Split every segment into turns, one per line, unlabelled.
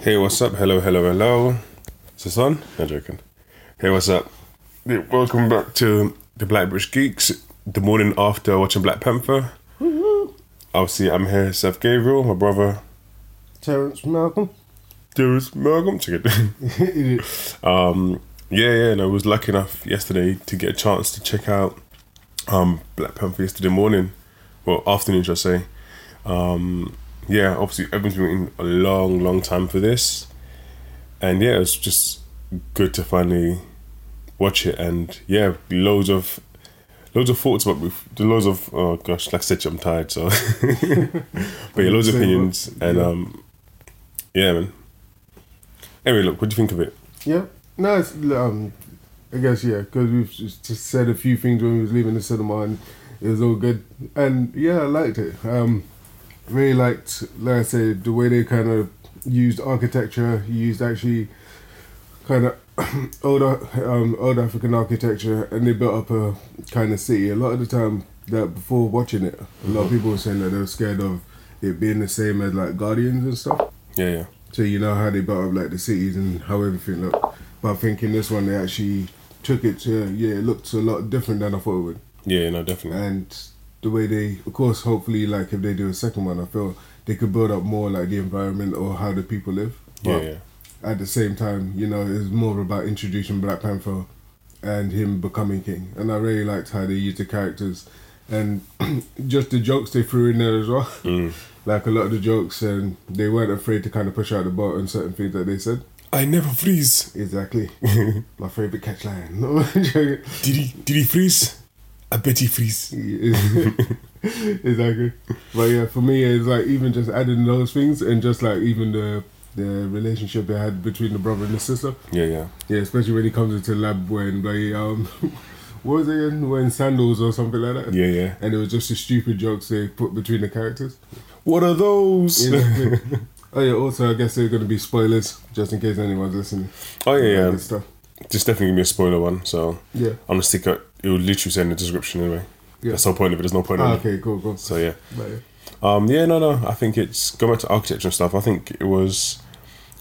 Hey, what's up? Hello, hello, hello. Is this on? No joking. Hey, what's up? Hey, welcome back to the Black British Geeks. The morning after watching Black Panther. Obviously, I'm here, Seth Gabriel, my brother,
Terrence Malcolm.
Darius Malcolm. Check it. Um, yeah, yeah, and I was lucky enough yesterday to get a chance to check out um, Black Panther yesterday morning, well, afternoon, should I say. Um, yeah, obviously, everyone's been waiting a long, long time for this, and yeah, it was just good to finally watch it, and yeah, loads of. Loads of thoughts about loads of oh gosh, like I said, I'm tired. So, but yeah, loads of
Same,
opinions and
yeah.
um, yeah, man. Anyway, look, what do you think of it?
yeah. No, it's, um, I guess, yeah, because we've just, just said a few things when we was leaving the cinema and it was all good. And yeah, I liked it. Um, really liked, like I said, the way they kind of used architecture, used actually kind of older um, old African architecture and they built up a kind of city. A lot of the time that before watching it, a lot of people were saying that they were scared of it being the same as like Guardians and stuff.
Yeah, yeah.
So you know how they built up like the cities and how everything looked. But I think in this one they actually took it to yeah, it looked a lot different than I thought it would.
Yeah, no, definitely.
And the way they of course hopefully like if they do a second one I feel they could build up more like the environment or how the people live.
Yeah,
But
yeah.
at the same time, you know, it's more about introducing Black Panther and him becoming king. And I really liked how they used the characters and just the jokes they threw in there as well. like a lot of the jokes, and they weren't afraid to kind of push out the boat on certain things that they said.
I never freeze.
Exactly. My favorite catch line. No,
Did he? Did he freeze? I bet he freeze.
exactly. But yeah, for me, it's like even just adding those things and just like even the the relationship they had between the brother and the sister.
Yeah, yeah.
Yeah, especially when he comes into the lab when they um, what was it again? When sandals or something like that.
Yeah, yeah.
And it was just the stupid jokes they put between the characters.
What are those?
Yeah. oh yeah. Also, I guess they're gonna be spoilers just in case anyone's listening.
oh yeah, yeah.
This stuff.
Just definitely give me a spoiler one. So
Yeah.
I'm gonna stick out. It will literally say in the description anyway.
Yeah.
That's the whole point of it. There's no point. in
Ah,
it.
okay. Cool. Cool.
So yeah.
But, yeah.
Um. Yeah. No. No. I think it's going back to architecture and stuff. I think it was,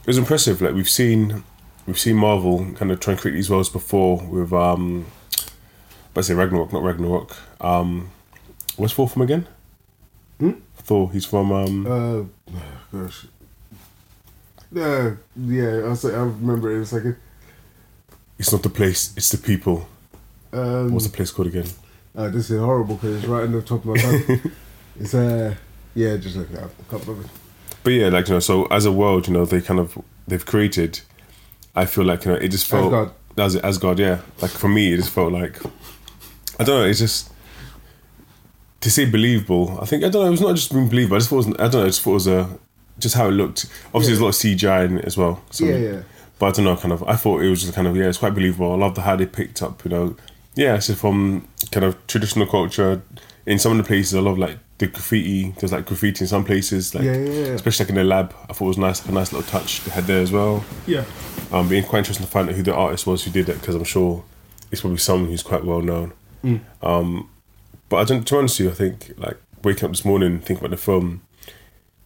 it was impressive. Like we've seen, we've seen Marvel kind of try and create these worlds before with um, but I say Ragnarok, not Ragnarok. Um, what's Thor from again? Hmm? Thor. He's from um.
Uh, gosh. Yeah. Yeah. I'll say. I remember it in a second.
It's not the place, it's the people.
Um,
What's the place called again?
Oh, this is horrible because it's right on the top of my tongue. it's uh, yeah, just look it up. Can't remember.
But yeah, like you know, so as a world, you know, they kind of they've created. I feel like you know, it just felt
Asgard.
that was it, Asgard. Yeah, like for me, it just felt like I don't know. It's just to say believable. I think I don't know. It was not just being believable. I just thought it was, I don't know. I just thought it was a just how it looked. Obviously, there's
Yeah.
a lot of CGI in it as well. So,
Yeah, yeah.
But I don't know. Kind of, I thought it was just kind of yeah, it's quite believable. I love the how they picked up. You know, yeah, so from kind of traditional culture. In some of the places, I love like the graffiti. There's like graffiti in some places, like
Yeah, yeah, yeah.
especially like in the lab. I thought it was nice, like a nice little touch they had there as well.
Yeah.
Um, being quite interesting to find out who the artist was who did it because I'm sure it's probably someone who's quite well known.
Mm.
Um, but I don't. To be honest with you, I think like waking up this morning, and thinking about the film.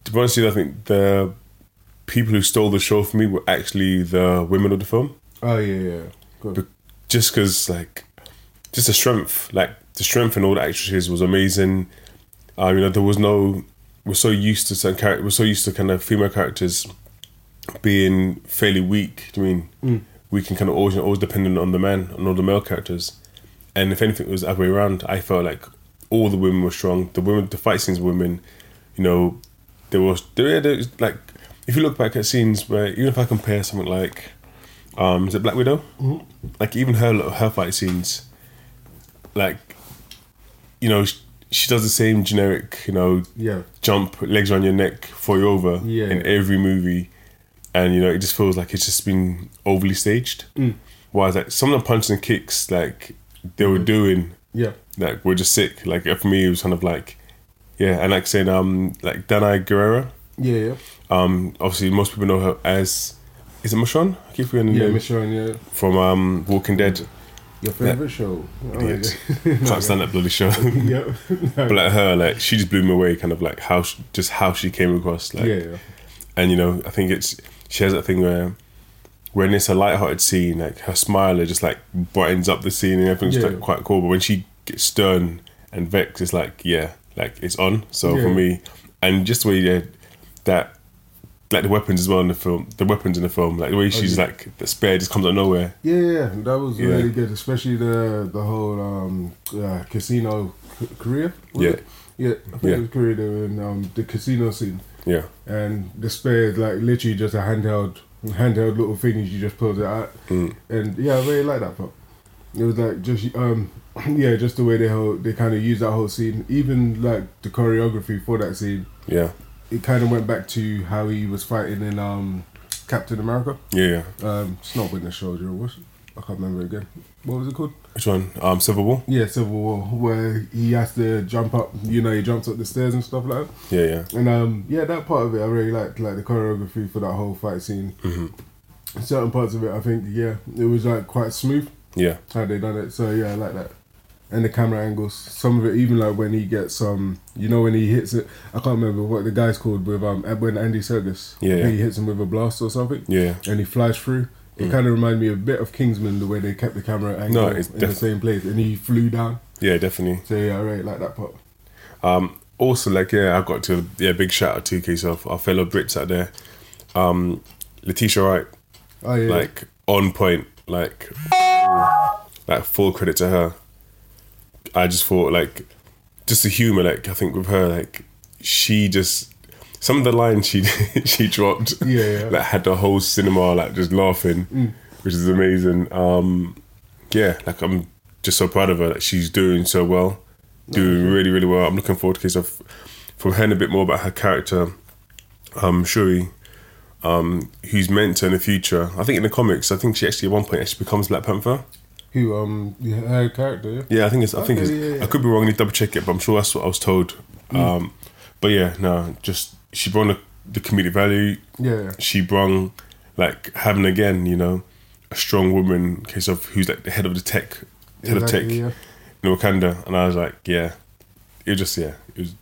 To be honest with you, I think the people who stole the show for me were actually the women of the film
Oh yeah, yeah. Cool.
but just because like just the strength like the strength in all the actresses was amazing um you know there was no we're so used to certain characters we're so used to kind of female characters being fairly weak do you mean we can kind of always always dependent on the men on all the male characters and if anything it was the other way around i felt like all the women were strong the women the fight scenes were women you know there was there, there was, like if you look back at scenes where even if i compare something like um is it black widow like even her little- her fight scenes, like you know she, she does the same generic you know
Yeah.
jump legs around your neck throw you over
Yeah.
in every movie, and you know it just feels like it's just been overly staged.
Mm.
Whereas like some of the punches and kicks like they
Mm.
were doing
Yeah.
like were just sick. Like for me it was kind of like yeah, and like saying um like Danai Guerrero.
Yeah, yeah.
Um, obviously most people know her as is it Michonne? I keep forgetting the
Yeah,
name
Miss Sharon, yeah.
from um Walking Dead.
Your favourite show. Oh,
Idiot.
yeah.
Can't stand that bloody show.
yeah.
but like her, like she just blew me away, kind of like how she, just how she came across, like,
yeah, yeah.
and you know, I think it's she has that thing where when it's a light-hearted scene, like her smile it just like brightens up the scene and everything's
Yeah.
like quite cool. But when she gets stern and vexed, it's like yeah, like it's on. So for
Yeah.
me, and just the way yeah, that like the weapons as well in the film, the weapons in the film, like the way she's
Oh, yeah.
like the spare just comes out of nowhere.
Yeah, yeah, that was
Yeah.
really good, especially the the whole um, uh, casino c- Korea. was
Yeah.
it? yeah, I think
Yeah.
it was Korea they were in um, the casino scene,
Yeah,
and the spare is like literally just a handheld handheld little thing you just pulls it out,
Mm.
and yeah, I really like that part. It was like just um, yeah, just the way they whole, they kind of used that whole scene, even like the choreography for that scene.
yeah,
It kind of went back to how he was fighting in um, Captain America.
yeah, yeah.
Um, it's not Winter Soldier, was it? I can't remember again. What was it called?
Which one? Um, Civil War.
Yeah, Civil War, where he has to jump up. You know, he jumps up the stairs and stuff like that.
Yeah, yeah,
And um, yeah, that part of it I really liked, like the choreography for that whole fight scene. Certain parts of it, I think, yeah, it was like quite smooth
yeah,
how they done it. So yeah, I like that. And the camera angles, some of it, even like when he gets um, you know, when he hits it, I can't remember what the guy's called with um, when Andy Serkis,
Yeah, yeah.
he hits him with a blast or something
yeah.
and he flies through. It kind of reminded me a bit of Kingsman, the way they kept the camera angle
Mm. No,
in
it's
the
def-
same place, and he flew down.
Yeah, definitely.
So yeah, I really like that part.
Um, also, like, yeah, I've got to, yeah, big shout out to Case of our fellow Brits out there. Um, Letitia Wright,
Oh yeah,
like, on point, like, like, full credit to her. I just thought, like, just the humor, like, I think with her, like, she just, some of the lines she she dropped,
Yeah, Mm. yeah.
like, had the whole cinema, like, just laughing, which is amazing. Um, yeah, like, I'm just so proud of her, like, she's doing so well doing really really well. I'm looking forward to case of from hearing a bit more about her character, um, Shuri, um, who's meant to in the future. I think in the comics, I think she actually at one point actually becomes Black Panther.
who um her character? Yeah?
Yeah, I think it's. I think it's.
Okay, yeah, Hmm. yeah.
I could be wrong. I need to double check it, but I'm sure that's what I was told. Um, but yeah, no, just she brought the, the comedic value.
Yeah, yeah.
She brung like having again, you know, a strong woman. Case of who's like the head of the tech, head of tech
Exactly, yeah.
in Wakanda, and I was like, yeah, it was just yeah, it was.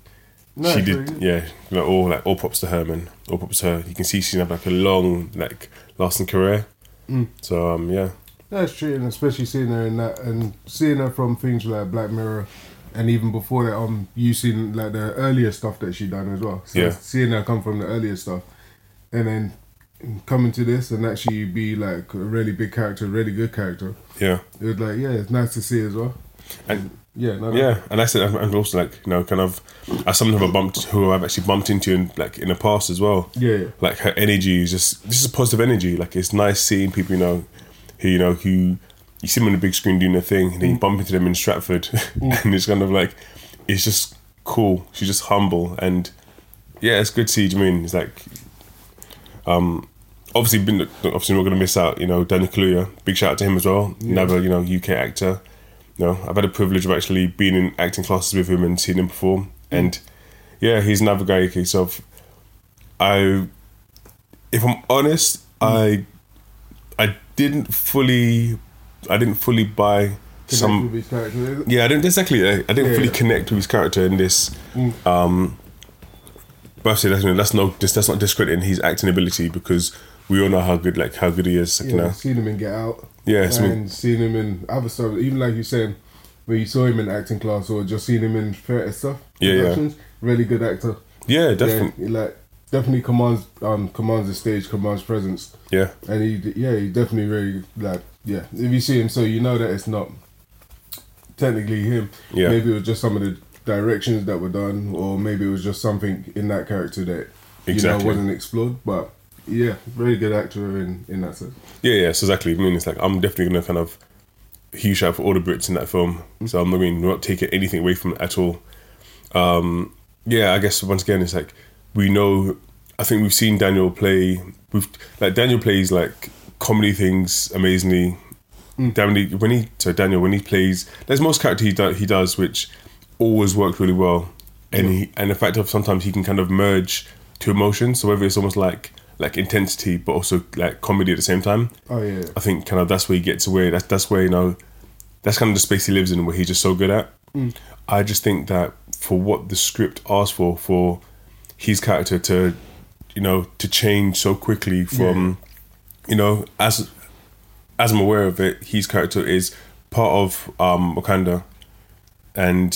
No,
she
it's
did,
really good.
yeah. Like all like all props to her, man. All props to her. You can see she's had like a long, like lasting career.
Hmm.
So um, yeah,
That's true, and especially seeing her in that, and seeing her from things like Black Mirror, and even before that, um, you seen like the earlier stuff that she done as well. So
Yeah.
seeing her come from the earlier stuff, and then coming to this and actually be like a really big character, really good character.
yeah,
It was like, yeah, it's nice to see as well.
and
Yeah, no, no.
yeah, and that's it. And and also like you know, kind of, I sometimes have bumped who I've actually bumped into in like in the past as well.
Yeah, yeah.
like her energy is just this is positive energy. Like it's nice seeing people you know, who you know who you see them on the big screen doing their thing, and then you bump into them in Stratford, and it's kind of like it's just cool. She's just humble, and yeah, it's good to see. Do you mean it's like, um, obviously been obviously we're gonna miss out. You know, Daniel Kaluuya. Big shout out to him as well. Another you know UK actor. You know, I've had the privilege of actually being in acting classes with him and seeing him perform, and yeah, he's another guy. Okay, so I if I'm honest,
Hmm.
I I didn't fully I didn't fully buy
Connect
some
with his character, is it?
yeah, I didn't exactly I, I didn't
Yeah,
fully
yeah. Hmm.
connect with his character in this um but obviously that's, that's no that's, that's not discrediting his acting ability because we all know how good like how good he is like,
Yeah,
you know
seen him in Get Out.
Yeah, it's me.
and seen him in other stuff. Even like you saying, when you saw him in acting class or just seen him in theatre stuff.
Yeah, yeah.
productions, Really good actor.
yeah definitely
Yeah, he, like definitely commands um commands the stage, commands presence,
yeah
and he yeah he definitely really like yeah. If you see him, so you know that it's not technically him.
Yeah.
Maybe it was just some of the directions that were done, or maybe it was just something in that character that you
Exactly.
know wasn't explored. But yeah, very good actor in in that sense.
Yeah, yeah, so exactly. I mean, it's like I'm definitely gonna kind of huge shout out for all the Brits in that film. So I'm not going not taking anything away from it at all. Um, yeah, I guess once again, it's like we know. I think we've seen Daniel play. We've like Daniel plays like comedy things amazingly. Daniel when he so Daniel when he plays, there's most character he do, he does which always worked really well, and he and the fact of sometimes he can kind of merge two emotions. So whether it's almost like like intensity, but also like comedy at the same time.
Oh yeah,
I think kind of that's where he gets away. That's that's where you know, that's kind of the space he lives in, where he's just so good at.
Mm.
I just think that for what the script asked for, for his character to you know to change so quickly from you know as as I'm aware of it, his character is part of um, Wakanda, and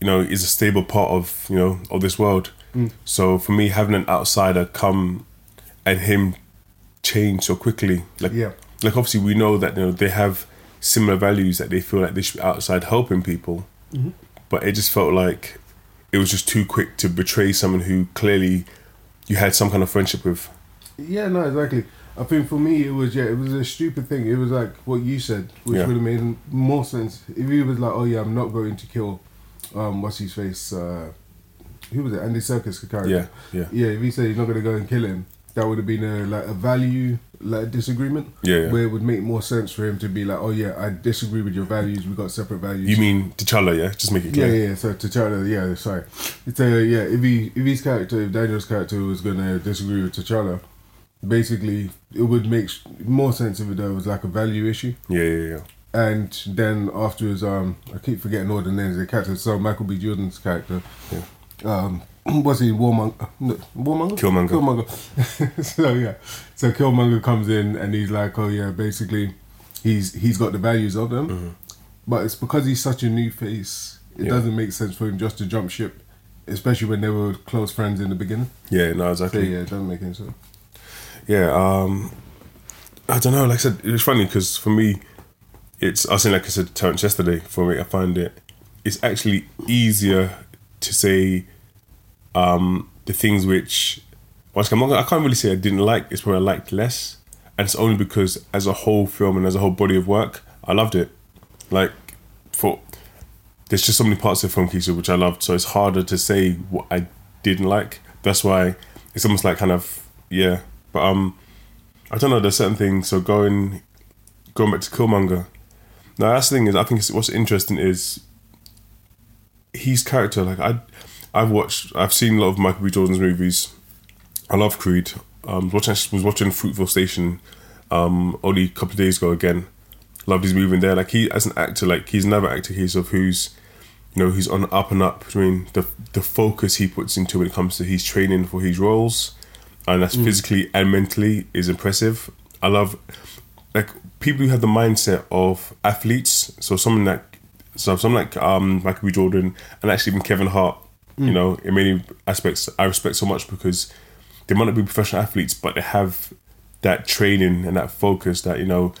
you know is a stable part of you know of this world.
Mm.
So for me, having an outsider come and him change so quickly, like
Yeah.
like obviously we know that you know they have similar values that they feel like they should be outside helping people,
Mm-hmm.
but it just felt like it was just too quick to betray someone who clearly you had some kind of friendship with.
Yeah, no, exactly. I think for me, it was yeah, it was a stupid thing. It was like what you said, which
Yeah.
would have made more sense if he was like, "Oh yeah, I'm not going to kill, um, what's his face? Uh, who was it? Andy Serkis character.
Yeah, yeah,
yeah, if he said he's not going to go and kill him, that would have been a like a value like disagreement.
Yeah, yeah.
where it would make more sense for him to be like, oh yeah, I disagree with your values. We got separate values.
You mean T'Challa? Yeah, just make it
yeah,
clear.
yeah. So T'Challa, yeah, sorry. So yeah, if he if his character, if Daniel's character was going to disagree with T'Challa, basically it would make s- more sense if there was like a value issue.
yeah, yeah, yeah.
And then afterwards, um, I keep forgetting all the names of the characters. So Michael B. Jordan's character,
Yeah.
um, what's he? Warmonger, no, Warmonger,
Killmonger.
Killmonger. so yeah, so Killmonger comes in and he's like, oh yeah, basically, he's he's got the values of them, but it's because he's such a new face. It
Mm-hmm. Yeah.
doesn't make sense for him just to jump ship, especially when they were close friends in the beginning.
Yeah, no,
So
exactly.
yeah, it doesn't make any sense.
yeah um i don't know like i said it was funny because for me it's i was saying like i said to terrence yesterday for me i find it it's actually easier to say um the things which well, I'm not, gonna- i can't really say i didn't like it's probably i liked less and it's only because as a whole film and as a whole body of work i loved it like for there's just so many parts of film Keisha which I loved, so it's harder to say what I didn't like. That's why it's almost like kind of yeah. But um, I don't know. There's certain things. So going going back to Killmonger. Now that's the thing is I think it's, what's interesting is his character. Like I, I've watched, I've seen a lot of Michael B. Jordan's movies. I love Creed. Um, watching was watching Fruitville Station, um, only a couple of days ago again. Loved his movie in there. Like he, as an actor, like he's another actor. He's of who's, you know, he's on the up and up. I mean, the the focus he puts into when it comes to his training for his roles, and that's physically and mentally is impressive. I love, like people who have the mindset of athletes. So someone like, so someone like um Michael B. Jordan and actually even Kevin Hart. You know, in many aspects, I respect so much because they might not be professional athletes, but they have that training and that focus that you know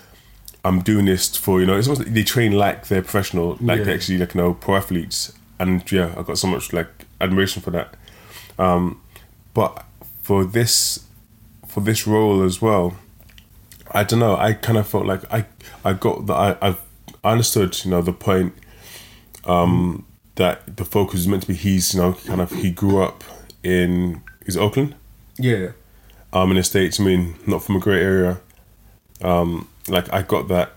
I'm doing this for you know it's almost like they train like they're professional like
Yeah.
they're actually like you know pro athletes and yeah I got so much like admiration for that um but for this for this role as well I don't know I kind of felt like I I got that I I've, I understood you know the point um, that the focus is meant to be he's you know kind of he grew up in is it Oakland
Yeah,
um, in the States. I mean, not from a great area. Um, like I got that,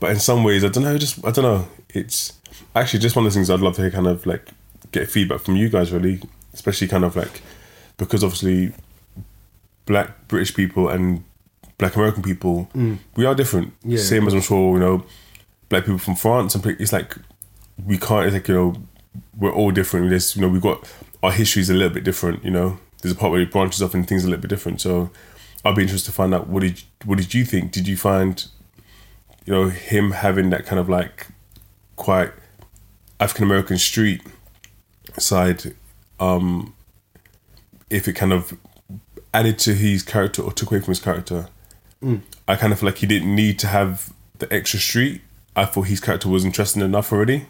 but in some ways, I don't know. Just I don't know. It's actually just one of the things I'd love to hear, kind of like get feedback from you guys, really, especially kind of like because obviously black British people and black American people, we are different.
Yeah.
Same as I'm sure you know, black people from France and pe- it's like we can't. It's like you know, we're all different. There's you know, we've got our history's a little bit different. You know, there's a part where it branches off and things are a little bit different. So I'd be interested to find out what did what did you think? Did you find you know him having that kind of like quite African American street side um if it kind of added to his character or took away from his character I kind of feel like he didn't need to have the extra street I thought his character was interesting enough already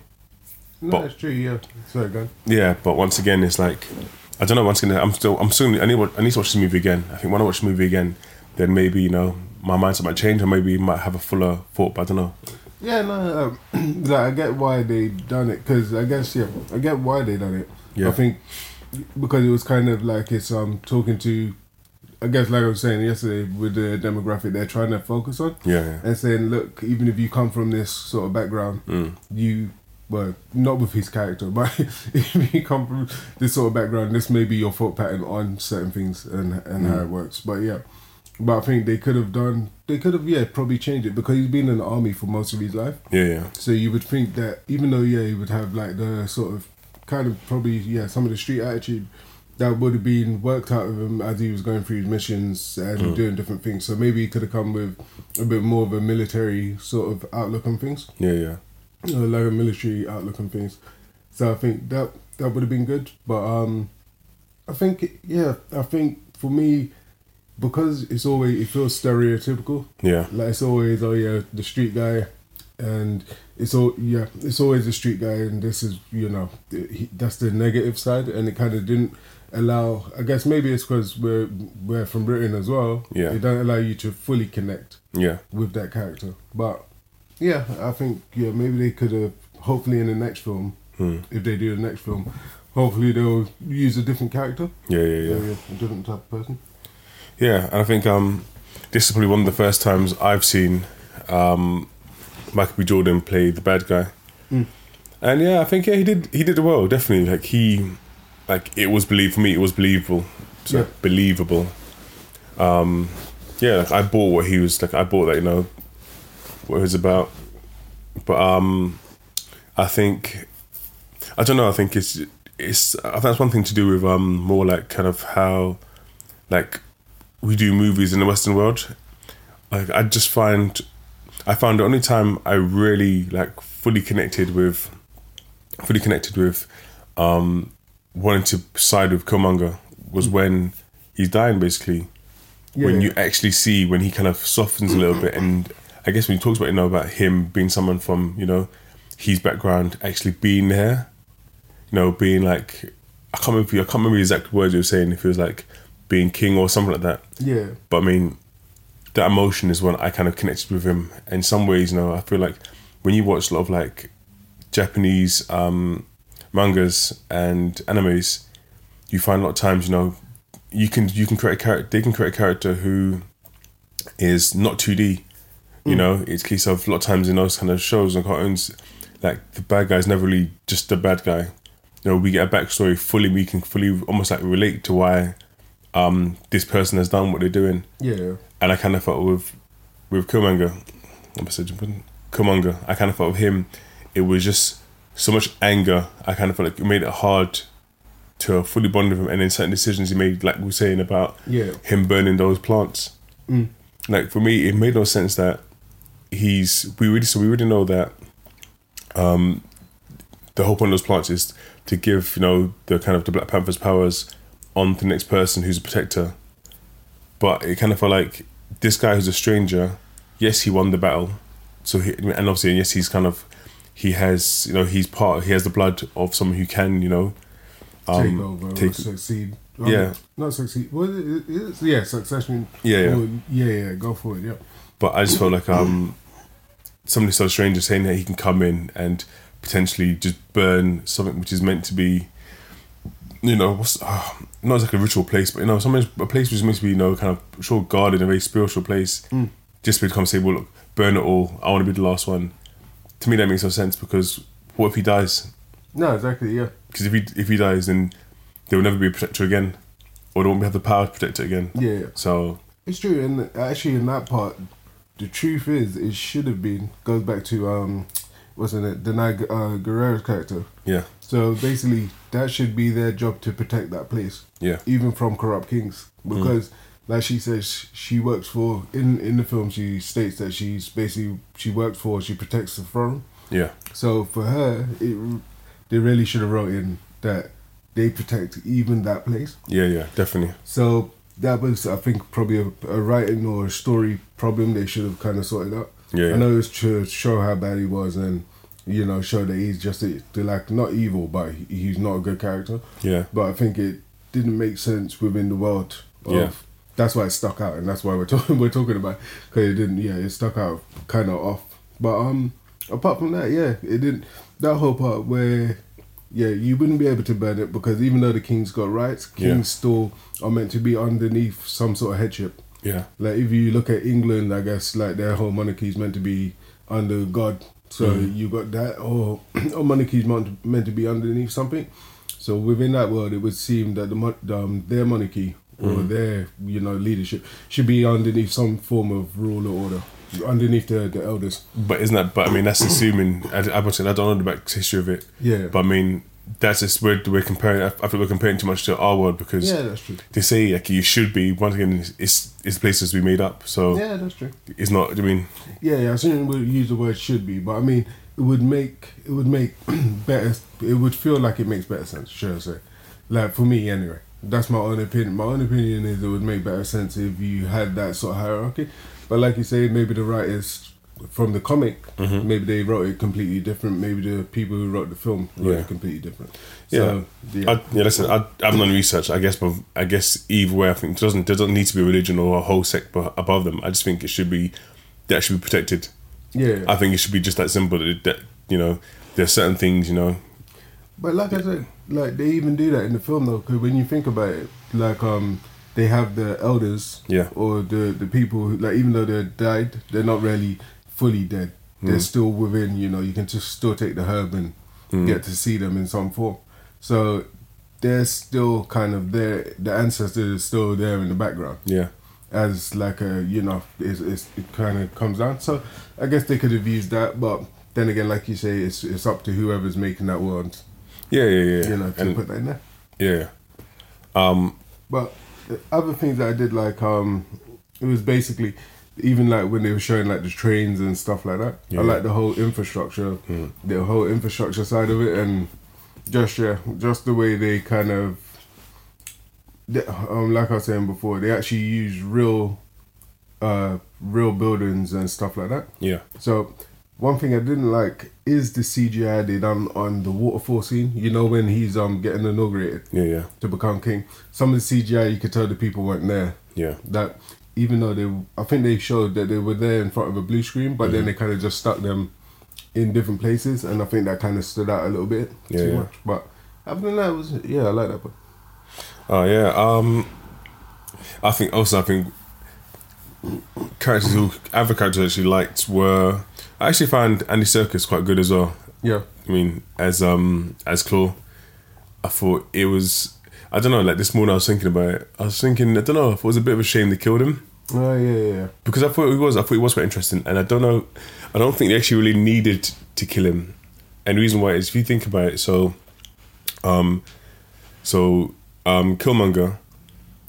no,
But-
that's true. Yeah, sorry, go on.
yeah but once again it's like I don't know once again I'm still I'm soon I need wa- I need to watch this movie again I think when I watch the movie again then maybe you know my mindset might change or maybe it might have a fuller thought but I don't know
Yeah, no, um, like, I get why they done it because I guess yeah, I get why they done it.
Yeah.
I think because it was kind of like it's um talking to, I guess like I was saying yesterday with the demographic they're trying to focus on
yeah yeah
and saying look, even if you come from this sort of background, you well not with his character, but if you come from this sort of background, this may be your thought pattern on certain things and and how it works. But yeah. But I think they could have done. They could have, yeah, probably changed it because he's been in the army for most of his life.
yeah yeah
So you would think that even though yeah, he would have like the sort of kind of probably yeah some of the street attitude that would have been worked out of him as he was going through his missions and doing different things. So maybe he could have come with a bit more of a military sort of outlook on things,
Yeah, yeah.
you know, like a military outlook on things. So I think that that would have been good. But um, I think yeah, I think for me because it's always it feels stereotypical.
Yeah.
Like it's always oh yeah the street guy, and it's all yeah it's always the street guy, and this is you know th- he, that's the negative side, and it kind of didn't allow. I guess maybe it's because we're we're from Britain as well.
Yeah.
it don't allow you to fully connect
Yeah.
with that character. But yeah, I think yeah maybe they could have hopefully in the next film
Hmm.
if they do the next film. Hopefully they'll use a different character,
Yeah, yeah, yeah.
a different type of person.
Yeah, and I think um, this is probably one of the first times I've seen um, Michael B. Jordan play the bad guy. And yeah, I think yeah he did he did well definitely. Like he, like it was believe for me it was believable, so
Yeah.
believable. Um, yeah, like I bought what he was like. I bought that you know what it was about, but um, I think I don't know. I think it's it's I think that's one thing to do with um more like kind of how like we do movies in the Western world. Like I just find I found the only time I really like fully connected with fully connected with um wanting to side with Killmonger was when he's dying basically. when
Mm. yeah. Mm-hmm.
you actually see when he kind of softens a little bit and I guess when he talks about you know about him being someone from, you know, his background actually being there you know, being like I can't remember. I can't remember the exact words you were saying. If it was like being king or something like that.
Yeah,
But I mean, that emotion is one I kind of connected with him. In some ways, you know, I feel like when you watch a lot of like Japanese um, mangas and animes, you find a lot of times, you know, you can you can create a character. They can create a character who is not two D. You know, it's a case of a lot of times in those kind of shows and cartoons, like the bad guy is never really just the bad guy. You know, we get a backstory fully. We can fully almost like relate to why um, this person has done what they're doing
yeah.
and I kind of felt with with Killmonger, I said Killmonger. I kind of felt with him, it was just so much anger. I kind of felt like it made it hard to fully bond with him, and then certain decisions he made, like we were saying about
Yeah.
him burning those plants. Like for me, it made no sense that he's we really so we already know that um the whole point of those plants is to give you know the kind of the Black Panther's powers on to the next person who's a protector but it kind of felt like this guy who's a stranger. Yes, he won the battle, so he, and obviously, yes, he's kind of he has you know he's part he has the blood of someone who can you know
take over
Um, take-
or succeed. Oh,
Yeah.
Not succeed. What is it? It's- yeah, succession.
Yeah, yeah.
Forward. yeah, yeah. Go for it. Yeah.
But I just felt like um, somebody so strange is saying that he can come in and potentially just burn something which is meant to be, you know, what's, uh, not exactly a ritual place, but you know, sometimes a place which is meant to be, you know, kind of sure guarded, a very spiritual place, just to come say, well, look, burn it all. I want to be the last one. To me, that makes no sense because what if he dies?
No, exactly. Yeah.
Because if he if he dies, then there will never be a protector again, or they won't have the power to protect it again.
Yeah, yeah.
So
It's true. And actually, in that part, the truth is, it should have been goes back to um, wasn't it Denai uh, Guerrero's character?
yeah,
So basically, that should be their job to protect that place.
Yeah.
Even from corrupt kings,
Mm.
because like she says, sh- she works for in in the film. She states that she's basically she works for she protects the throne.
yeah,
So for her, it they really should have wrote in that they protect even that place.
yeah, yeah, definitely.
So that was, I think, probably a, a writing or a story problem they should have kind of sorted out.
Yeah, yeah.
I know it's to show how bad he was and you know show that he's just a, they're like not evil, but he- he's not a good character.
Yeah,
But I think it didn't make sense within the world. Of,
Yeah.
That's why it stuck out, and that's why we're talking we're talking about because it didn't. Yeah, it stuck out kind of off. But um, apart from that, yeah, it didn't. That whole part where, yeah, you wouldn't be able to burn it because even though the king's got rights,
Yeah.
kings still are meant to be underneath some sort of headship.
yeah,
Like if you look at England, I guess like their whole monarchy is meant to be under God. So you got that, or or monarchy is meant meant to be underneath something. So within that world, it would seem that the mon- um, their monarchy or their you know leadership should be underneath some form of rule or order, underneath the, the elders.
But isn't that? But I mean, that's assuming. I, I, I don't know the back history of it.
Yeah.
But I mean, that's just we're, we're comparing. I, I think we're comparing too much to our world because
Yeah, that's true.
they say like you should be. Once again, it's it's places we made up, so
Yeah, that's true.
it's not. I mean,
Yeah, yeah. I shouldn't really use the word should be, but I mean it would make it would make better. It would feel like it makes better sense. Should I say? Like for me, anyway. That's my own opinion. My own opinion is it would make better sense if you had that sort of hierarchy. But like you say, maybe the writers from the comic,
Mm-hmm.
maybe they wrote it completely different. Maybe the people who wrote the film wrote
Yeah.
it completely different.
yeah.
So, yeah.
I, yeah listen, I, I haven't done research. I guess, but I guess either way, I think it doesn't there doesn't need to be a religion or a whole sect bu- above them. I just think it should be that should be protected.
yeah.
I think it should be just that simple. That, that you know, there's certain things you know.
But like I said, like they even do that in the film though, because when you think about it, like um, they have the elders,
Yeah.
or the the people who, like even though they're died, they're not really fully dead. They're still within. You know, you can just still take the herb and get to see them in some form. So they're still kind of there. The ancestors is still there in the background
Yeah,
as like a you know it's, it's, it kind of comes down so i guess they could have used that but then again like you say it's it's up to whoever's making that world
yeah, yeah, yeah.
you know to
And-
put that in there
yeah. Um,
but the other things that i did like um it was basically even like when they were showing like the trains and stuff like that
Yeah. Hmm.
i like the whole infrastructure the whole infrastructure side of it and just yeah just the way they kind of the- um, like I was saying before, they actually use real, uh, real buildings and stuff like that.
Yeah,
So one thing I didn't like is the CGI they done on the waterfall scene. You know when he's um getting inaugurated
yeah, yeah,
to become king. Some of the CGI you could tell the people weren't there.
yeah,
That even though they, I think they showed that they were there in front of a blue screen, but
Mm.
then they kind of just stuck them in different places, and I think that kind of stood out a little bit
Yeah,
too
yeah.
much. But other than that, it was yeah, I like that. But
oh yeah. Um, I think also I think characters who other characters I actually liked were I actually found Andy Serkis quite good as well.
yeah,
I mean, as um as Claw, I thought it was. I don't know. Like this morning, I was thinking about it. I was thinking, I don't know. It was a bit of a shame they killed him
oh yeah, yeah, yeah.
because I thought it was. I thought it was quite interesting, and I don't know. I don't think they actually really needed to kill him. And the reason why is if you think about it, so, um, so um, Killmonger,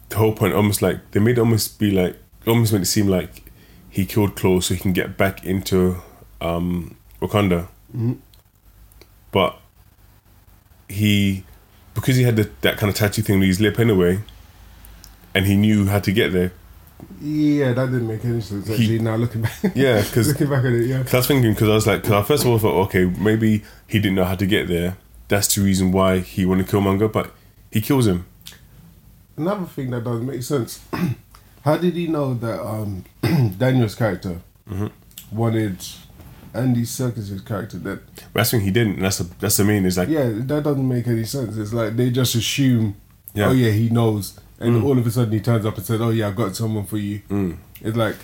the whole point almost like they made it almost be like almost made it seem like he killed Claw so he can get back into um Wakanda, but he because he had the, that kind of tattoo thing on his lip anyway, and he knew how to get there.
Yeah, that didn't make any sense. Actually, now looking back,
Yeah, because
looking back at it, yeah,
Cause I was thinking, because I was like, cause I first of all thought, okay, maybe he didn't know how to get there. That's the reason why he wanted to kill Killmonger, but he kills him.
Another thing that doesn't make sense. How did he know that um, Daniel's character
Mm-hmm.
wanted Andy Serkis's character? That
But that's the thing he didn't. And that's the that's the mean. Is like, yeah,
yeah, that doesn't make any sense. It's like they just assume,
Yeah. Mm.
oh yeah, he knows, and all of a sudden he turns up and says, oh yeah, I got someone for you. It's like,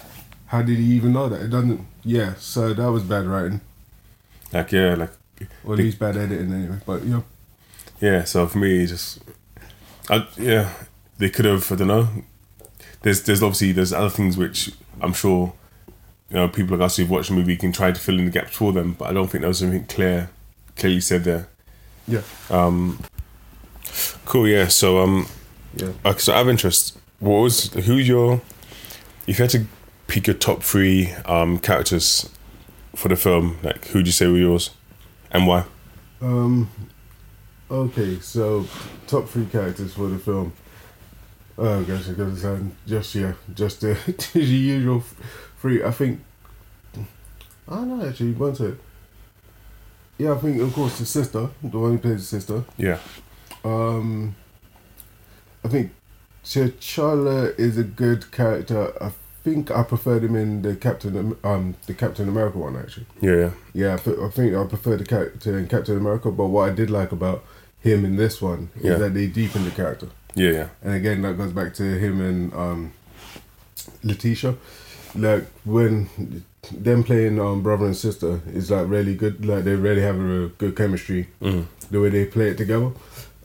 how did he even know that? It doesn't. Yeah, so that was bad writing,
like yeah, like
or at
Be-
least bad editing anyway. But yeah,
yeah. So for me, it's just, I yeah, they could have. I don't know. There's there's obviously there's other things which I'm sure, you know, people like us who've watched the movie can try to fill in the gaps for them, but I don't think there was anything clear, clearly said there.
yeah,
Cool. Yeah. So um,
yeah.
Okay, so I have interest. What was who's your? If you had to pick your top three um, characters for the film, like who'd you say were yours, and why?
Um. Okay, so top three characters for the film. Oh gosh, I gotta sound just yeah, just the, the usual f- three. I think. I don't know actually. One sec. Yeah, I think of course the sister, the one who plays the sister.
Yeah,
Um. I think T'Challa is a good character. I think I preferred him in the Captain Am- um the Captain America one actually.
yeah, yeah,
Yeah, I, thi- I think I prefer the character in Captain America, but what I did like about him in this one
Yeah.
is that they deepened the character.
yeah, yeah.
And again, that goes back to him and um, Letitia. Like when them playing um, brother and sister is like really good. Like they really have a good chemistry.
Mhm.
The way they play it together,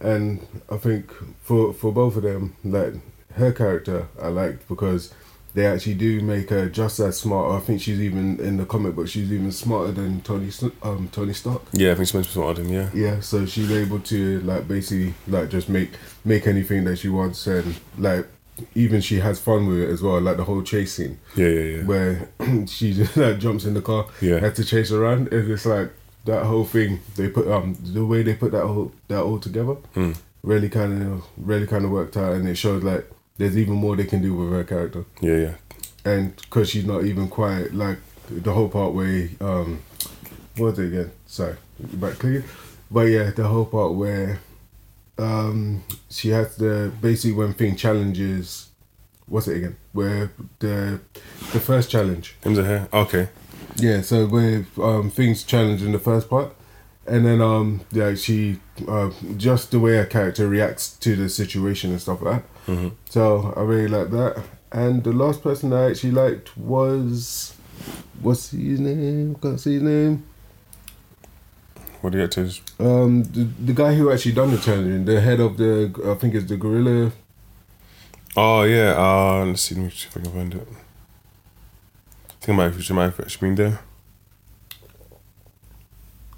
and I think for for both of them, like her character, I liked because they actually do make her just as smart. I think she's even in the comic book. She's even smarter than Tony St- um, Tony Stark.
Yeah, I think she meant to be smarter than yeah.
Yeah, so she's able to like basically like just make make anything that she wants and like even she has fun with it as well. Like the whole chase scene
Yeah, yeah, yeah.
where she just like jumps in the car,
Yeah.
has to chase around. It's just like that whole thing they put um the way they put that whole that all together
Mm.
really kind of really kind of worked out, and it shows like there's even more they can do with her character
Yeah, yeah.
and because she's not even quiet, like the whole part where um, what was it again? Sorry, back clear. But yeah, the whole part where um, she has the basically when thing challenges, what's it again? Where the the first challenge.
Him's a hair. Okay.
Yeah, so where um, things challenge in the first part, and then um, yeah, she uh, just the way her character reacts to the situation and stuff like that.
hmm
So I really like that. And the last person I actually liked was what's his name? Can't see his name.
What do you get to? Is,
Um, the, the guy who actually done the challenge, the head of the I think it's the gorilla.
oh yeah. Uh, let's see. Let me see if I can find it. I think I might. She might have actually been there.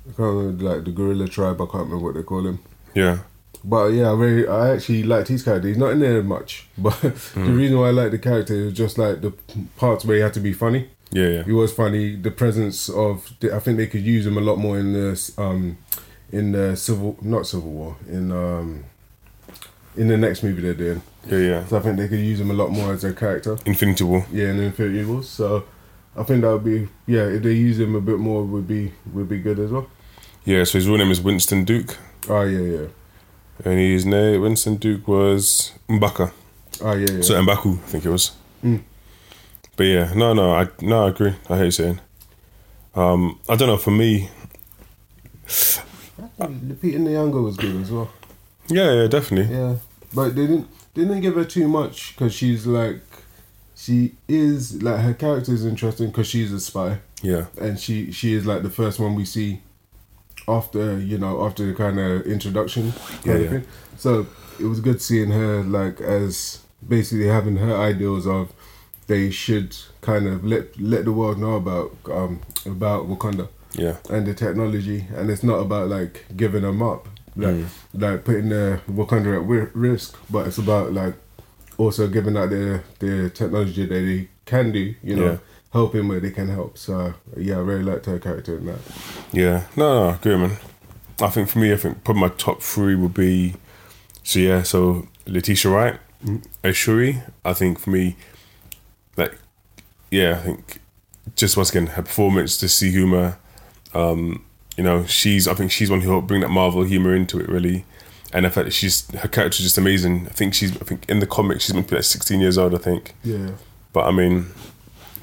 I can't remember like the gorilla tribe. I can't remember what they call him.
Yeah.
But yeah, I really I actually liked his character. He's not in there much, but the reason why I liked the character is just like the parts where he had to be funny.
Yeah, yeah.
He was funny. The presence of the, I think they could use him a lot more in the um, in the civil not civil war in um, in the next movie they're doing.
Yeah, yeah.
So I think they could use him a lot more as a character.
Infinity War.
Yeah, in Infinity War. So I think that would be yeah. If they use him a bit more, would be would be good as well.
Yeah, so his real name is Winston Duke,
Oh yeah, yeah.
and his name Winston Duke was Mbaka.
Oh yeah, yeah.
So Mbaku, I think it was.
Mm.
But yeah, no, no, I no, I agree. I hear you saying. Um, I don't know. For me,
I think Um, Lupita Nyong'o was good as well.
yeah, yeah, definitely.
Yeah, but they didn't they didn't give her too much because she's like she is like her character is interesting because she's a spy
Yeah,
and she she is like the first one we see after you know after the kind of introduction kind
Yeah,
of
yeah.
thing. So it was good seeing her like as basically having her ideals of they should kind of let let the world know about um about Wakanda
yeah,
and the technology, and it's not about like giving them up, like
Mm.
like putting the Wakanda at wi- risk, but it's about like also giving out the the technology that they can do, you know,
Yeah.
helping where they can help. So yeah, I really liked her character in that.
yeah. No, no, I agree, man. I think for me, I think probably my top three would be. So yeah, so Letitia Wright, Ashuri. I think for me, like, yeah, I think just once again her performance, the sea humor. Um, you know, she's I think she's one who helped bring that Marvel humor into it really, and the fact that she's her character's just amazing. I think she's I think in the comic she's meant to be like sixteen years old. I think,
Yeah,
but I mean,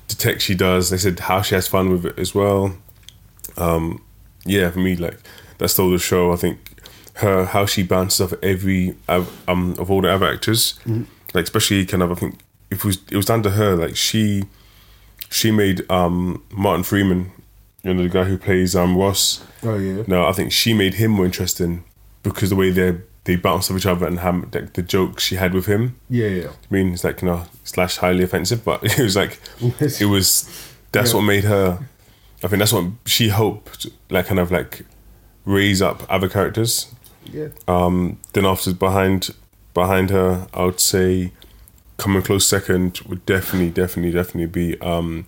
the tech she does, they said how she has fun with it as well. Um, yeah, for me, like that's the whole show. I think her how she bounces off every of- um of all the other actors, like especially kind of I think if it was it was down to her, like she she made um Martin Freeman, you know the guy who plays um Ross.
oh yeah,
No, I think she made him more interesting because the way they they bounced off each other and how like, the jokes she had with him.
yeah, yeah.
I mean, it's like you know, slash highly offensive, but it was like it was. That's
Yeah.
what made her. I think that's what she hoped, like kind of like raise up other characters.
yeah.
Um, then after behind behind her, I would say coming close second would definitely, definitely, definitely be um,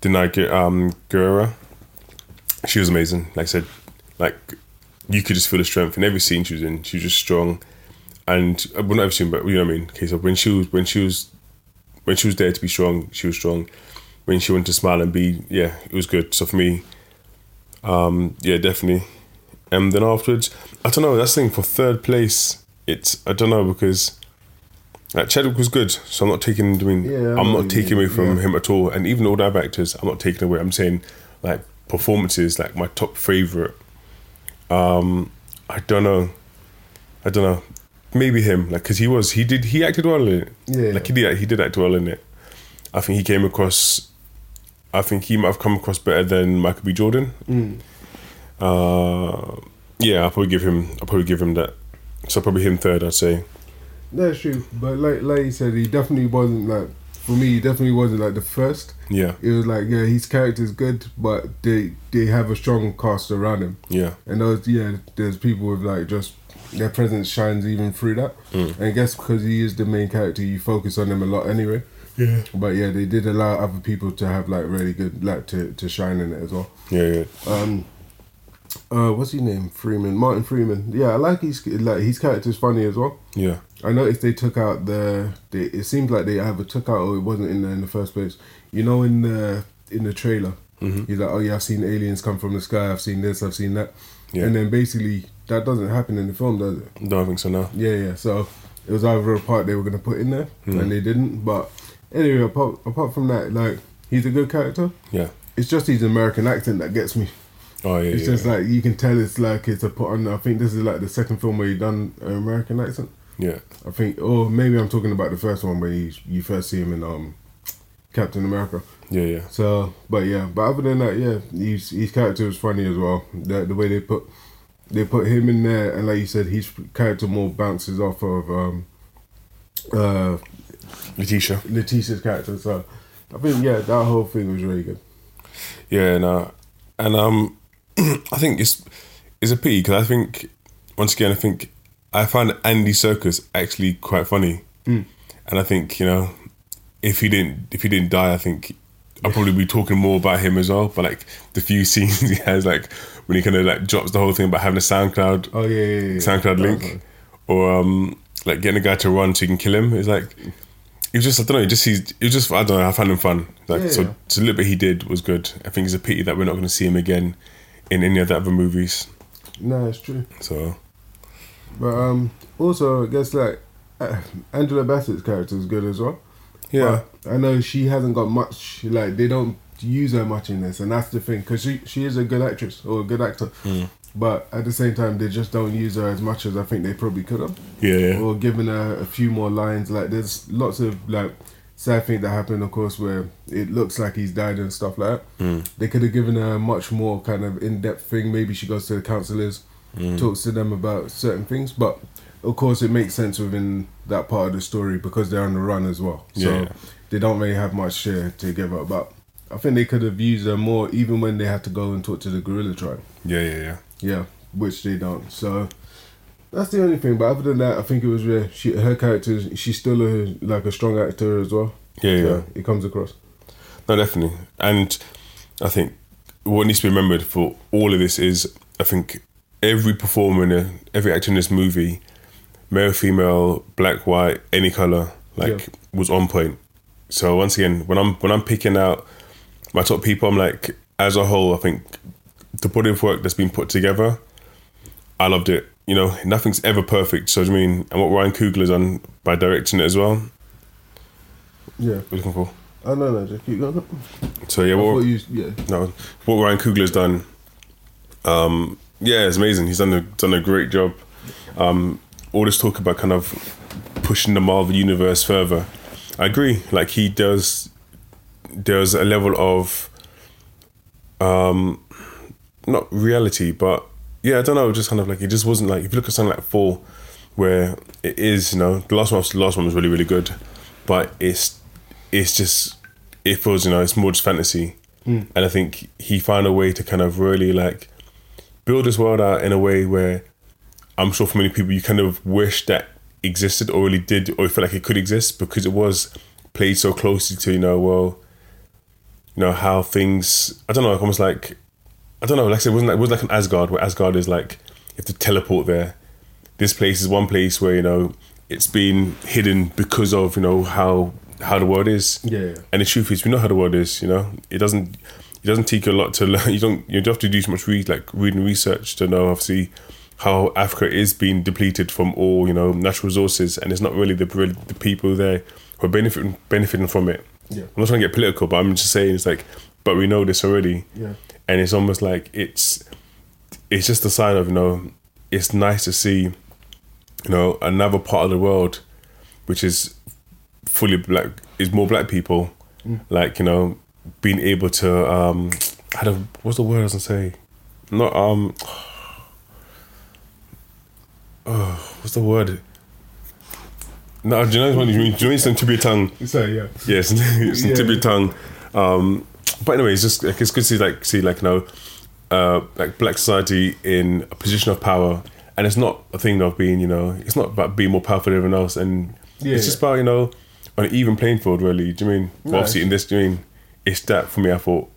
Denai Gu- um, Guerra. She was amazing. Like I said, like you could just feel the strength in every scene she was in. She was just strong, and uh, well, not every scene, but you know what I mean. Okay, so when she was when she was when she was there to be strong, she was strong. When she wanted to smile and be, yeah, it was good. So for me, um, yeah, definitely. And then afterwards, I don't know. That's the thing for third place. It's I don't know because like, Chadwick was good, so I'm not taking. I mean,
Yeah, I know
I'm not
what you
taking
mean,
away from
yeah.
him at all. And even all the other actors, I'm not taking away. I'm saying like performances, like my top favorite. Um, I don't know. I don't know. Maybe him, like, cause he was, he did, he acted well in it.
Yeah.
like he did, he did act well in it. I think he came across. I think he might have come across better than Michael B. Jordan.
Mm.
Uh, yeah, I'll probably give him. I'll probably give him that. So probably him third, I'd say.
That's true, but like like you said, he definitely wasn't like for me, it definitely wasn't like the first.
Yeah,
It was like, yeah, his character's good, but they they have a strong cast around him.
yeah,
And those, yeah, there's people with like just their presence shines even through that. And I guess because he is the main character, you focus on him a lot anyway.
yeah,
But yeah, they did allow other people to have like really good like to, to shine in it as well.
yeah, yeah.
Um, uh, what's his name? Freeman, Martin Freeman. Yeah, I like his like his character's funny as well.
yeah.
I noticed they took out the. They, it seems like they either took out or it wasn't in there in the first place. You know, in the in the trailer,
Mm-hmm.
he's like, "Oh yeah, I've seen aliens come from the sky. I've seen this. I've seen that."
Yeah.
And then basically, that doesn't happen in the film, does it?
Don't think so now.
Yeah, yeah. So it was either a part they were gonna put in there
Hmm.
and they didn't. But anyway, apart apart from that, like he's a good character.
Yeah.
It's just his American accent that gets me.
Oh yeah.
It's
yeah,
just
yeah.
like you can tell it's like it's a put on. I think this is like the second film where he done an American accent.
yeah.
I think, or maybe I'm talking about the first one when you you first see him in um, Captain America.
Yeah, yeah.
So, but yeah, but other than that, yeah, his his character was funny as well. The the way they put they put him in there, and like you said, his character more bounces off of um, uh,
Letitia.
Letitia's character. So, I think yeah, that whole thing was really good.
Yeah, no, and um, I think it's it's a pity because I think once again I think I found Andy Circus actually quite funny, and I think you know if he didn't if he didn't die, I think I'll probably be talking more about him as well. But like the few scenes he has, like when he kind of like drops the whole thing about having a SoundCloud
Oh yeah, yeah, yeah, yeah.
SoundCloud link, or um, like getting a guy to run so you can kill him. It's like it was just I don't know. It just he's it was just I don't know. I found him fun. Like
Yeah,
so,
yeah.
so a little bit he did was good. I think it's a pity that we're not going to see him again in any of the other movies.
No, it's true.
So
But um, also I guess like uh, Angela Bassett's character is good as well.
yeah,
But I know she hasn't got much. Like they don't use her much in this, and that's the thing because she she is a good actress or a good actor. But at the same time, they just don't use her as much as I think they probably could have,
yeah, yeah,
or given her a few more lines. Like there's lots of like sad thing that happened, of course, where it looks like he's died and stuff like that.
Hmm.
They could have given her a much more kind of in depth thing. Maybe she goes to the counselors,
Hmm.
talks to them about certain things, but. Of course, it makes sense within that part of the story because they're on the run as well. So
Yeah.
they don't really have much share to give up. But I think they could have used her more even when they had to go and talk to the gorilla tribe.
yeah, yeah, yeah.
Yeah, which they don't. So that's the only thing. But other than that, I think it was rare. She, her character, she's still a, like a strong actor as well.
Yeah, yeah.
So it comes across.
No, definitely. And I think what needs to be remembered for all of this is I think every performer, in a, every actor in this movie, male, female, black, white, any color, like
Yeah.
was on point. So once again, when I'm when I'm picking out my top people, I'm like, as a whole, I think the body of work that's been put together, I loved it. You know, nothing's ever perfect. So I mean, and what Ryan Coogler's done by directing it as well,
Yeah.
we're looking for.
I know, no, just keep going.
So yeah,
I
what,
thought you, yeah.
no, what Ryan Coogler's done, um, yeah, it's amazing. He's done a, done a great job. Um, all this talk about kind of pushing the Marvel universe further, I agree. Like he does, there's a level of, um, not reality, but yeah, I don't know. Just kind of like it just wasn't like if you look at something like Four, where it is, you know, the last one, was- the last one was really really good, but it's it's just it feels you know it's more just fantasy and i think he found a way to kind of really like build this world out in a way where i'm sure for many people you kind of wish that existed or really did or feel like it could exist because it was played so closely to you know well you know how things i don't know like almost like i don't know like i said it wasn't like, it was like an asgard where asgard is like you have to teleport there this place is one place where you know it's been hidden because of you know how how the world is
Yeah, yeah.
and the truth is, we know how the world is. You know, it doesn't it doesn't take you a lot to learn. You don't you don't have to do too much read like reading research to know obviously how Africa is being depleted from all you know natural resources, and it's not really the really the people there who are benefiting benefiting from it.
Yeah.
I'm not trying to get political, but I'm just saying it's like, but we know this already.
Yeah.
And it's almost like it's it's just a sign of you know it's nice to see you know another part of the world which is fully black is more black people like you know being able to um I don't what's the word I was gonna say not um oh what's the word No, do you know what you mean? Do you mean some tibia tongue?
So yeah,
Yes, it's
Yeah.
yeah. tibia tongue. Um, but anyway, it's just like, it's good to see like see like you know, uh, like black society in a position of power, and it's not a thing of being you know, it's not about being more powerful than everyone else, and
Yeah,
it's just about you know, on an even playing field really. Do you mean? Well, obviously in this, do you mean? It's that for me. I thought,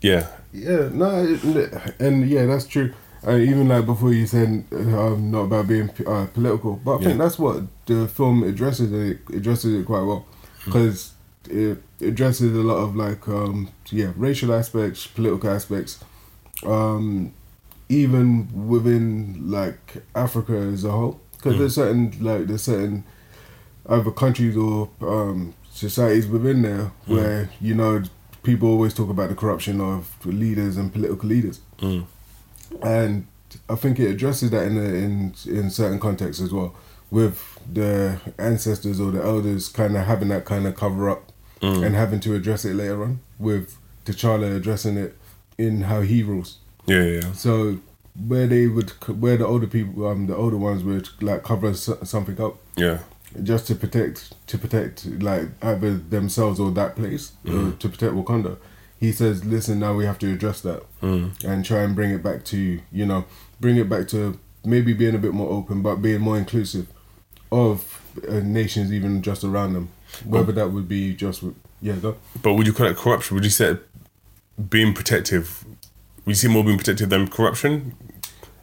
yeah,
yeah, no, it- and yeah, that's true. And even like before you said, um, not about being uh, political, but I think
Yeah.
that's what the film addresses. And it addresses it quite well because it addresses a lot of like um, yeah, racial aspects, political aspects, um, even within like Africa as a whole. Because
Mm.
there's certain like there's certain other countries or um, societies within there where you know people always talk about the corruption of leaders and political leaders,
Mm.
and I think it addresses that in a, in in certain contexts as well, with the ancestors or the elders kind of having that kind of cover up and having to address it later on, with T'Challa addressing it in how he rules.
yeah, yeah,
So where they would c- where the older people um the older ones would like cover so- something up
yeah,
just to protect to protect like either themselves or that place uh, to protect Wakanda. He says, "Listen, now we have to address that and try and bring it back to you know bring it back to maybe being a bit more open, but being more inclusive of uh, nations even just around them. Whether that would be just with, yeah, go.
But would you call it corruption? Would you say being protective? Would you see more being protective than corruption?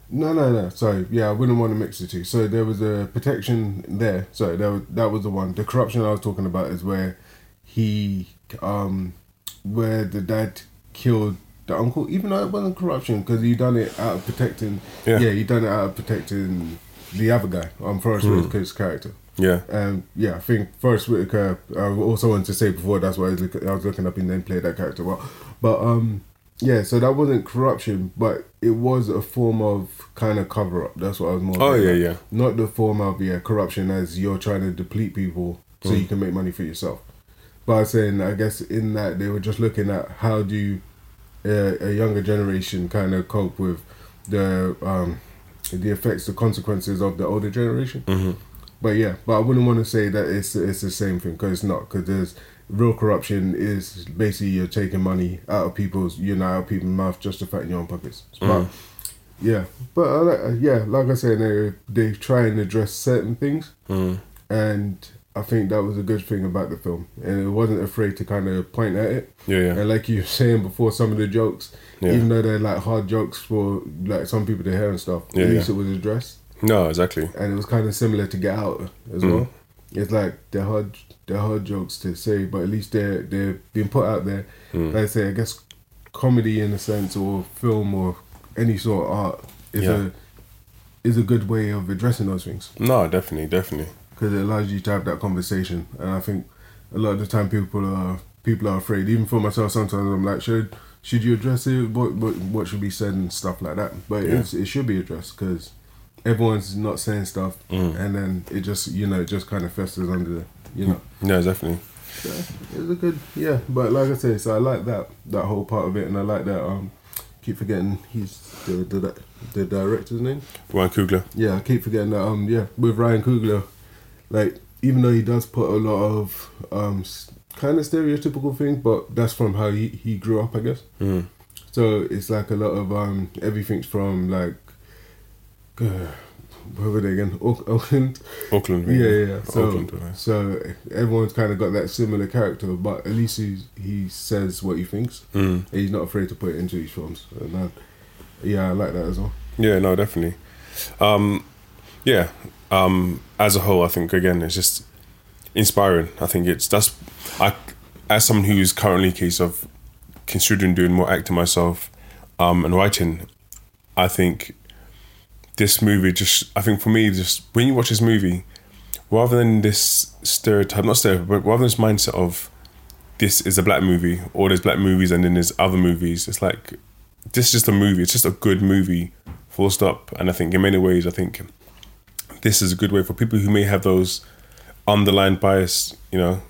No, no, no. Sorry, yeah, I wouldn't want to mix the two. So there was a protection there. So that was, that was the one. The corruption I was talking about is where he, um, where the dad killed the uncle. Even though it wasn't corruption, because he done it out of protecting. Yeah.
Yeah.
he done it out of protecting the other guy, um, Forrest Whitaker's character.
Yeah,
Um, yeah, I think Forrest Whitaker. I also wanted to say before that's why I was, look- I was looking up. He then played that character well, but um, yeah. So that wasn't corruption, but it was a form of kind of cover up. That's what I was more.
Oh,
about.
yeah, yeah.
Not the form of yeah corruption as you're trying to deplete people so you can make money for yourself. But I was saying, I guess in that they were just looking at how do you, uh, a younger generation kind of cope with the um, the effects, the consequences of the older generation.
Mhm.
But yeah, but I wouldn't want to say that it's it's the same thing because it's not. Because there's real corruption is basically you're taking money out of people's, you know, out of people's mouth just to fatten your own pockets. But yeah, but I, like- uh, yeah, like I said, they they try and address certain things, and I think that was a good thing about the film, and it wasn't afraid to kind of point at it.
yeah, yeah.
And like you were saying before, some of the jokes,
Yeah.
even though they're like hard jokes for like some people to hear and stuff,
Yeah,
at least
yeah.
it was addressed
No, exactly.
and it was kind of similar to Get Out as well. It's like they're hard, they're hard jokes to say, but at least they're they're being put out there. Like I say, I guess comedy in a sense, or film, or any sort of art is
Yeah.
a is a good way of addressing those things
No, definitely, definitely.
because it allows you to have that conversation. And I think a lot of the time people are people are afraid. Even for myself, sometimes I'm like, should should you address it? What what, what should be said and stuff like that. But
Yeah.
it's, it should be addressed because everyone's not saying stuff, and then it just you know it just kind of festers under the you know.
No, definitely.
So it's a good yeah. But like I say, so I like that that whole part of it, and I like that um. Keep forgetting he's the, the the director's name.
Ryan Coogler.
Yeah, I keep forgetting that. Um, yeah, with Ryan Coogler, like even though he does put a lot of um kind of stereotypical things, but that's from how he he grew up, I guess.
Mm.
So it's like a lot of um everything's from like. Uh, where were they again? Auck- Auckland.
Auckland.
Yeah, yeah. yeah. So,
Auckland. right.
so everyone's kind of got that similar character, but at least he he says what he thinks.
Mm.
He's not afraid to put it into his films, and uh, yeah, I like that as well.
Yeah, no, definitely. Um, yeah. Um, as a whole, I think again, it's just inspiring. I think it's that's I as someone who is currently in case of considering doing more acting myself um, and writing. I think this movie just I think for me just when you watch this movie, rather than this stereotype, not stereotype, but rather than this mindset of this is a black movie or there's black movies and then there's other movies. It's like this is just a movie. It's just a good movie, full stop. And I think in many ways, I think this is a good way for people who may have those underlying bias. You know,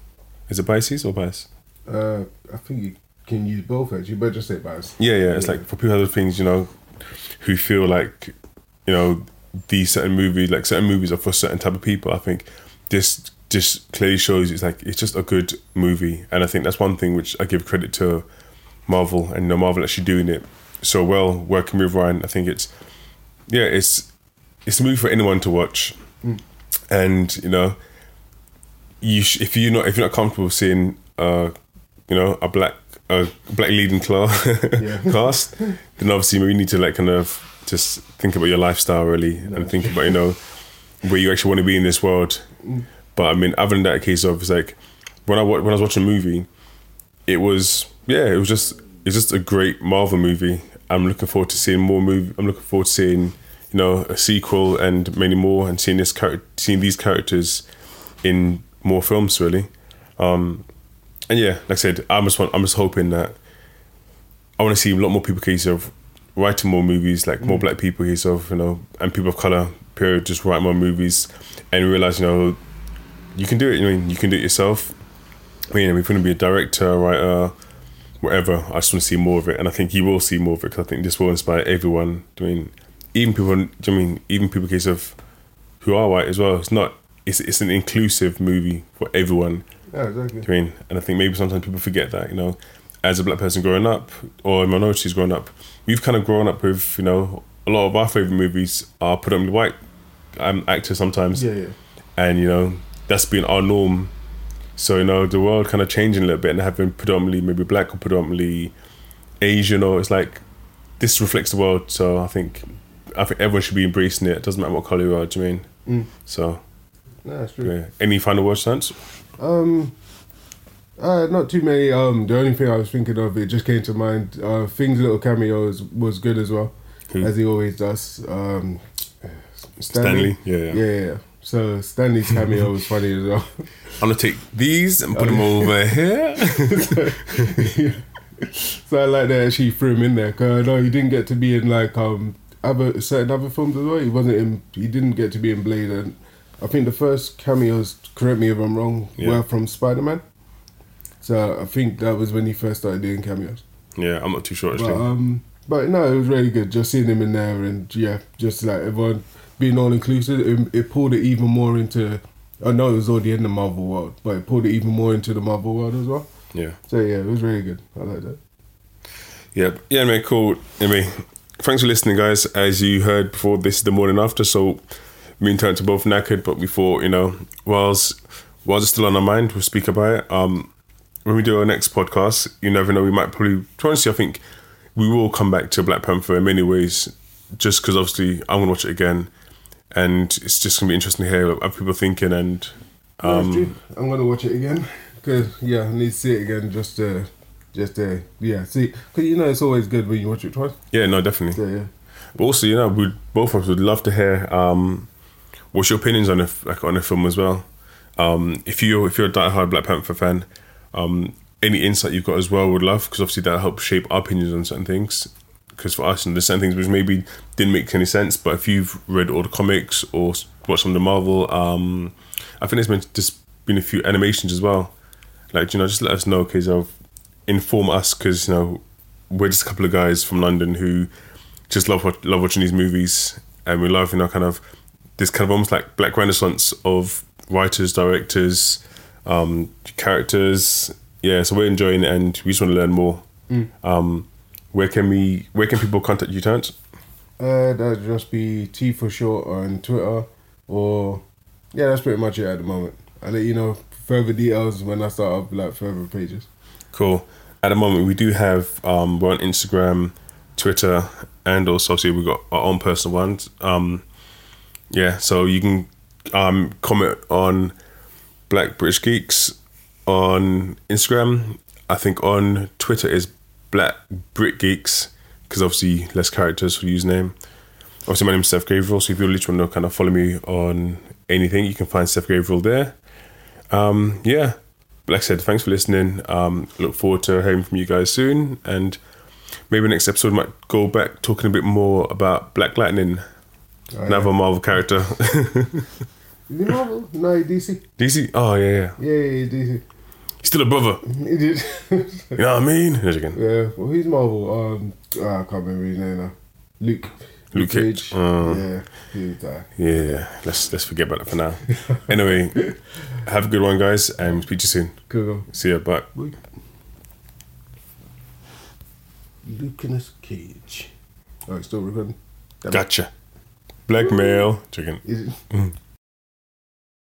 is it biases or bias?
Uh, I think you can use both actually, but just say bias.
Yeah, yeah. It's like for people who have things, you know, who feel like, you know, these certain movies, like certain movies are for certain type of people. I think this just clearly shows it's like it's just a good movie, and I think that's one thing which I give credit to Marvel and you know, Marvel actually doing it so well, working with Ryan. I think it's yeah, it's it's a movie for anyone to watch, mm. and you know, you sh- if you're not if you're not comfortable seeing uh, you know a black a black leading class yeah. cast, then obviously we need to like kind of just think about your lifestyle really no. and think about you know where you actually want to be in this world. Mm. But I mean, other than that case of it's like when I when I was watching a movie, it was yeah, it was just it's just a great Marvel movie. I'm looking forward to seeing more movie. I'm looking forward to seeing you know a sequel and many more, and seeing this character, seeing these characters in more films really. Um, and yeah, like I said, I'm just want, I'm just hoping that I want to see a lot more people case of writing more movies, like more mm. black people case of you know, and people of color. Period. Just write more movies, and realize you know you can do it. I mean, you can do it yourself. I mean, if you want to be a director, writer, whatever, I just want to see more of it, and I think you will see more of it because I think this will inspire everyone. I mean, even people. I mean, even people case of who are white as well. It's not. It's it's an inclusive movie for everyone.
Yeah, exactly.
I mean, and I think maybe sometimes people forget that you know, as a black person growing up or minorities growing up, we've kind of grown up with you know a lot of our favorite movies are predominantly white um, actors sometimes.
Yeah, yeah.
And you know that's been our norm. So you know the world kind of changing a little bit and having predominantly maybe black or predominantly Asian or it's like this reflects the world. So I think I think everyone should be embracing it. It doesn't matter what color you are. Do you mean?
Mm.
So
no, that's true.
Yeah. Any final words, Chance?
Um, uh, not too many. Um, the only thing I was thinking of it just came to mind. Uh, Thing's little cameo was, was good as well, Who? as he always does. Um,
Stanley. Stanley. yeah.
yeah, yeah. yeah. So Stanley's cameo was funny as well.
I'm gonna take these and put them over here.
so, yeah. so I like that she threw him in there because I know he didn't get to be in like um other certain other films as well. He wasn't in. He didn't get to be in Blade, and I think the first cameos, correct me if I'm wrong, yeah. were from Spider Man. So I think that was when he first started doing cameos.
Yeah, I'm not too sure actually.
But, um, but no, it was really good. Just seeing him in there, and yeah, just like everyone being all inclusive, it, it, pulled it even more into. I know it was already in the Marvel world, but it pulled it even more into the Marvel world as well.
Yeah.
So yeah, it was really good. I like that.
Yep. Yeah, man. Cool. Anyway, thanks for listening, guys. As you heard before, this is the morning after, so me and Terrence are both knackered, but we thought, you know, whilst whilst it's still on our mind, we'll speak about it. Um, when we do our next podcast, you never know. We might probably, honestly, I think we will come back to Black Panther in many ways, just because obviously I'm gonna watch it again and it's just gonna be interesting to hear what other people thinking. And um,
yeah, I'm gonna watch it again because yeah, I need to see it again just to just to yeah see because you know it's always good when you watch it twice.
Yeah, no, definitely.
So, yeah.
But also, you know, we both of us would love to hear um, what's your opinions on a like on a film as well. Um, if you if you're a diehard Black Panther fan, um, any insight you've got as well would love because obviously that helps shape our opinions on certain things because for us, and there's certain things which maybe didn't make any sense. But if you've read all the comics or watched some of the Marvel, um, I think there's been just been a few animations as well. Like you know, just let us know because of inform us because you know we're just a couple of guys from London who just love love watching these movies and we love you know kind of this kind of almost like black renaissance of writers, directors, um, characters. Yeah, so we're enjoying it and we just want to learn more.
Mm.
Um, where can we where can people contact you Terrence?
Uh that'd just be T for short on Twitter or yeah, that's pretty much it at the moment. I'll let you know further details when I start up like further pages.
Cool. At the moment we do have um we're on Instagram, Twitter and also obviously we've got our own personal ones. Um yeah, so you can um comment on Black British Geeks on Instagram. I think on Twitter is Black Brit Geeks, because obviously less characters for username. Obviously, my name is Steph Gabriel, so if you're literally want to kind of follow me on anything, you can find Steph Gabriel there. Um, yeah, like I said, thanks for listening. Um, look forward to hearing from you guys soon, and maybe next episode might go back talking a bit more about Black Lightning, oh, another yeah. Marvel character.
the Marvel? No, DC.
DC? Oh, yeah, yeah.
Yeah, yeah, DC.
He's still a brother.
you know
what I mean? There's again.
ah, Yeah, well, he's Marvel. Um, oh, I can't remember his name now. Luke.
Luke Cage. Uh,
yeah, he would die.
yeah, let's let's forget about that for now. anyway, have a good one, guys, and speak to you soon.
Cool.
See ya. Bye.
Luke. Lucanus Cage. Oh, it's still recording.
Gotcha. Blackmail. Mm. Chicken.
Is it?